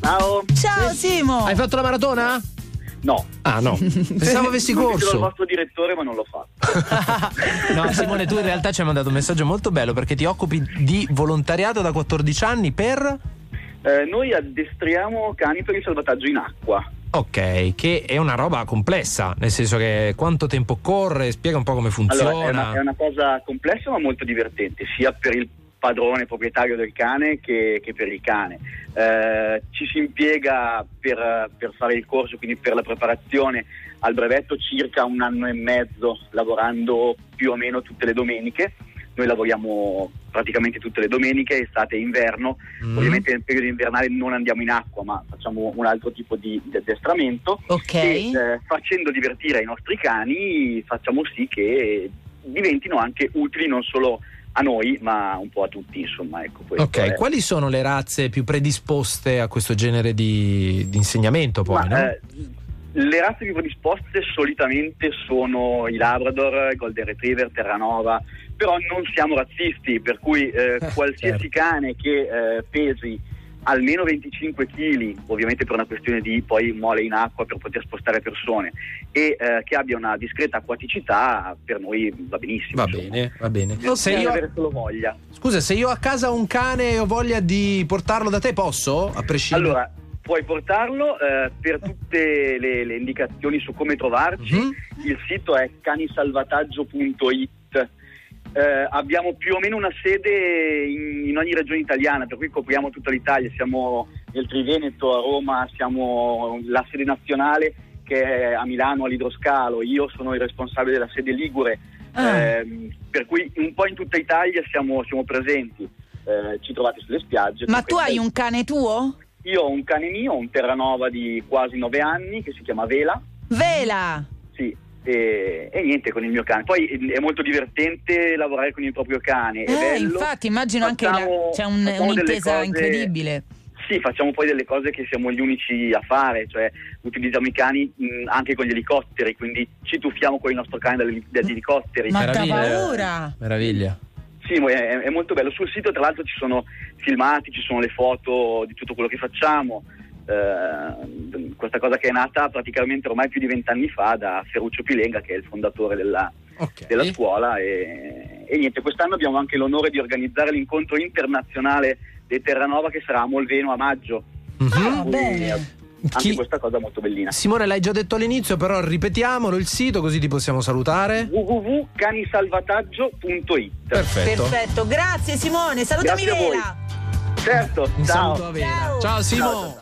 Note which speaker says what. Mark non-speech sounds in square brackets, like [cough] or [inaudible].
Speaker 1: Ciao.
Speaker 2: Ciao Simo.
Speaker 3: Hai fatto la maratona?
Speaker 1: No.
Speaker 3: Ah, no. Pensavo avessi
Speaker 1: Sono il
Speaker 3: corso.
Speaker 1: vostro direttore, ma non l'ho fatto.
Speaker 4: [laughs] No, Simone, tu in realtà ci hai mandato un messaggio molto bello perché ti occupi di volontariato da 14 anni per.
Speaker 1: Eh, noi addestriamo cani per il salvataggio in acqua.
Speaker 4: Ok, che è una roba complessa, nel senso che quanto tempo corre, spiega un po' come funziona.
Speaker 1: Allora, è una, è una cosa complessa ma molto divertente, sia per il padrone proprietario del cane che, che per il cane. Eh, ci si impiega per, per fare il corso, quindi per la preparazione al brevetto, circa un anno e mezzo, lavorando più o meno tutte le domeniche. Noi lavoriamo praticamente tutte le domeniche, estate e inverno,
Speaker 4: Mm.
Speaker 1: Ovviamente nel periodo invernale non andiamo in acqua, ma facciamo un altro tipo di, di addestramento.
Speaker 2: Ok.
Speaker 1: E eh, facendo divertire i nostri cani facciamo sì che diventino anche utili non solo a noi, ma un po' a tutti, insomma. Ecco, questo
Speaker 4: Ok,
Speaker 1: è.
Speaker 4: quali sono le razze più predisposte a questo genere di, di insegnamento
Speaker 1: Ma,
Speaker 4: poi? no?
Speaker 1: eh, le razze più predisposte solitamente sono i Labrador, i Golden Retriever, Terranova, però non siamo razzisti, per
Speaker 4: [laughs]
Speaker 1: cui eh,
Speaker 4: certo.
Speaker 1: qualsiasi cane che eh, pesi almeno 25 kg, ovviamente per una questione di poi mole in acqua per poter spostare persone, e eh, che abbia una discreta acquaticità, per noi va benissimo.
Speaker 4: Va
Speaker 1: insomma.
Speaker 4: bene, va bene.
Speaker 1: Bisogna
Speaker 4: Se io-
Speaker 1: avere solo voglia.
Speaker 4: scusa, se io a casa ho un cane e ho voglia di portarlo da te, posso? A prescindere.
Speaker 1: Allora, puoi portarlo eh, per tutte le, le indicazioni su come trovarci.
Speaker 4: Mhm.
Speaker 1: Il sito è canisalvataggio.it. Eh, abbiamo più o meno una sede in, in ogni regione italiana, per cui copriamo tutta l'Italia. Siamo nel Triveneto, a Roma, siamo la sede nazionale che è a Milano, all'Idroscalo. Io sono il responsabile della sede Ligure,
Speaker 2: Ah.
Speaker 1: ehm, per cui un po' in tutta Italia siamo, siamo presenti. Eh, ci trovate sulle spiagge.
Speaker 2: Ma tu
Speaker 1: Questa-
Speaker 2: hai un cane tuo?
Speaker 1: io ho un cane mio, un Terranova di quasi 9 anni che si chiama Vela.
Speaker 2: Vela!
Speaker 1: Sì. E, e niente con il mio cane. Poi è- è molto divertente lavorare con il proprio cane. È
Speaker 2: Eh,
Speaker 1: bello.
Speaker 2: infatti, immagino anche la-
Speaker 1: Facciamo-
Speaker 2: c'è
Speaker 1: facciamo
Speaker 2: un-
Speaker 1: delle
Speaker 2: un'intesa
Speaker 1: cose-
Speaker 2: incredibile.
Speaker 1: Sì, facciamo poi delle cose che siamo gli unici a fare, cioè utilizziamo i cani mh, anche con gli elicotteri, quindi ci tuffiamo con il nostro cane dagli, dagli elicotteri.
Speaker 2: Ma da
Speaker 4: meraviglia.
Speaker 2: paura!
Speaker 4: Meraviglia.
Speaker 1: Sì, mo- è, è molto bello. Sul sito, tra l'altro, ci sono filmati, ci sono le foto di tutto quello che facciamo. Eh, questa cosa che è nata praticamente ormai più di vent'anni fa da Ferruccio Pilenga, che è il fondatore della,
Speaker 4: Ok.
Speaker 1: della scuola. E, e niente, quest'anno abbiamo anche l'onore di organizzare l'incontro internazionale dei Terranova che sarà a Molveno a maggio.
Speaker 4: Mhm.
Speaker 2: Ah,
Speaker 1: Quindi,
Speaker 2: bene.
Speaker 1: eh, Anche
Speaker 4: Chi-
Speaker 1: questa cosa molto bellina.
Speaker 4: Simone, l'hai già detto all'inizio, però ripetiamolo il sito così ti possiamo salutare.
Speaker 1: www.canisalvataggio.it
Speaker 4: Perfetto.
Speaker 2: Perfetto, grazie Simone, salutami
Speaker 1: Grazie a voi.
Speaker 2: Vela!
Speaker 1: Certo,
Speaker 4: Un
Speaker 1: ciao.
Speaker 4: saluto a Vera.
Speaker 2: Ciao.
Speaker 4: Ciao Simo.
Speaker 1: Ciao, ciao, ciao.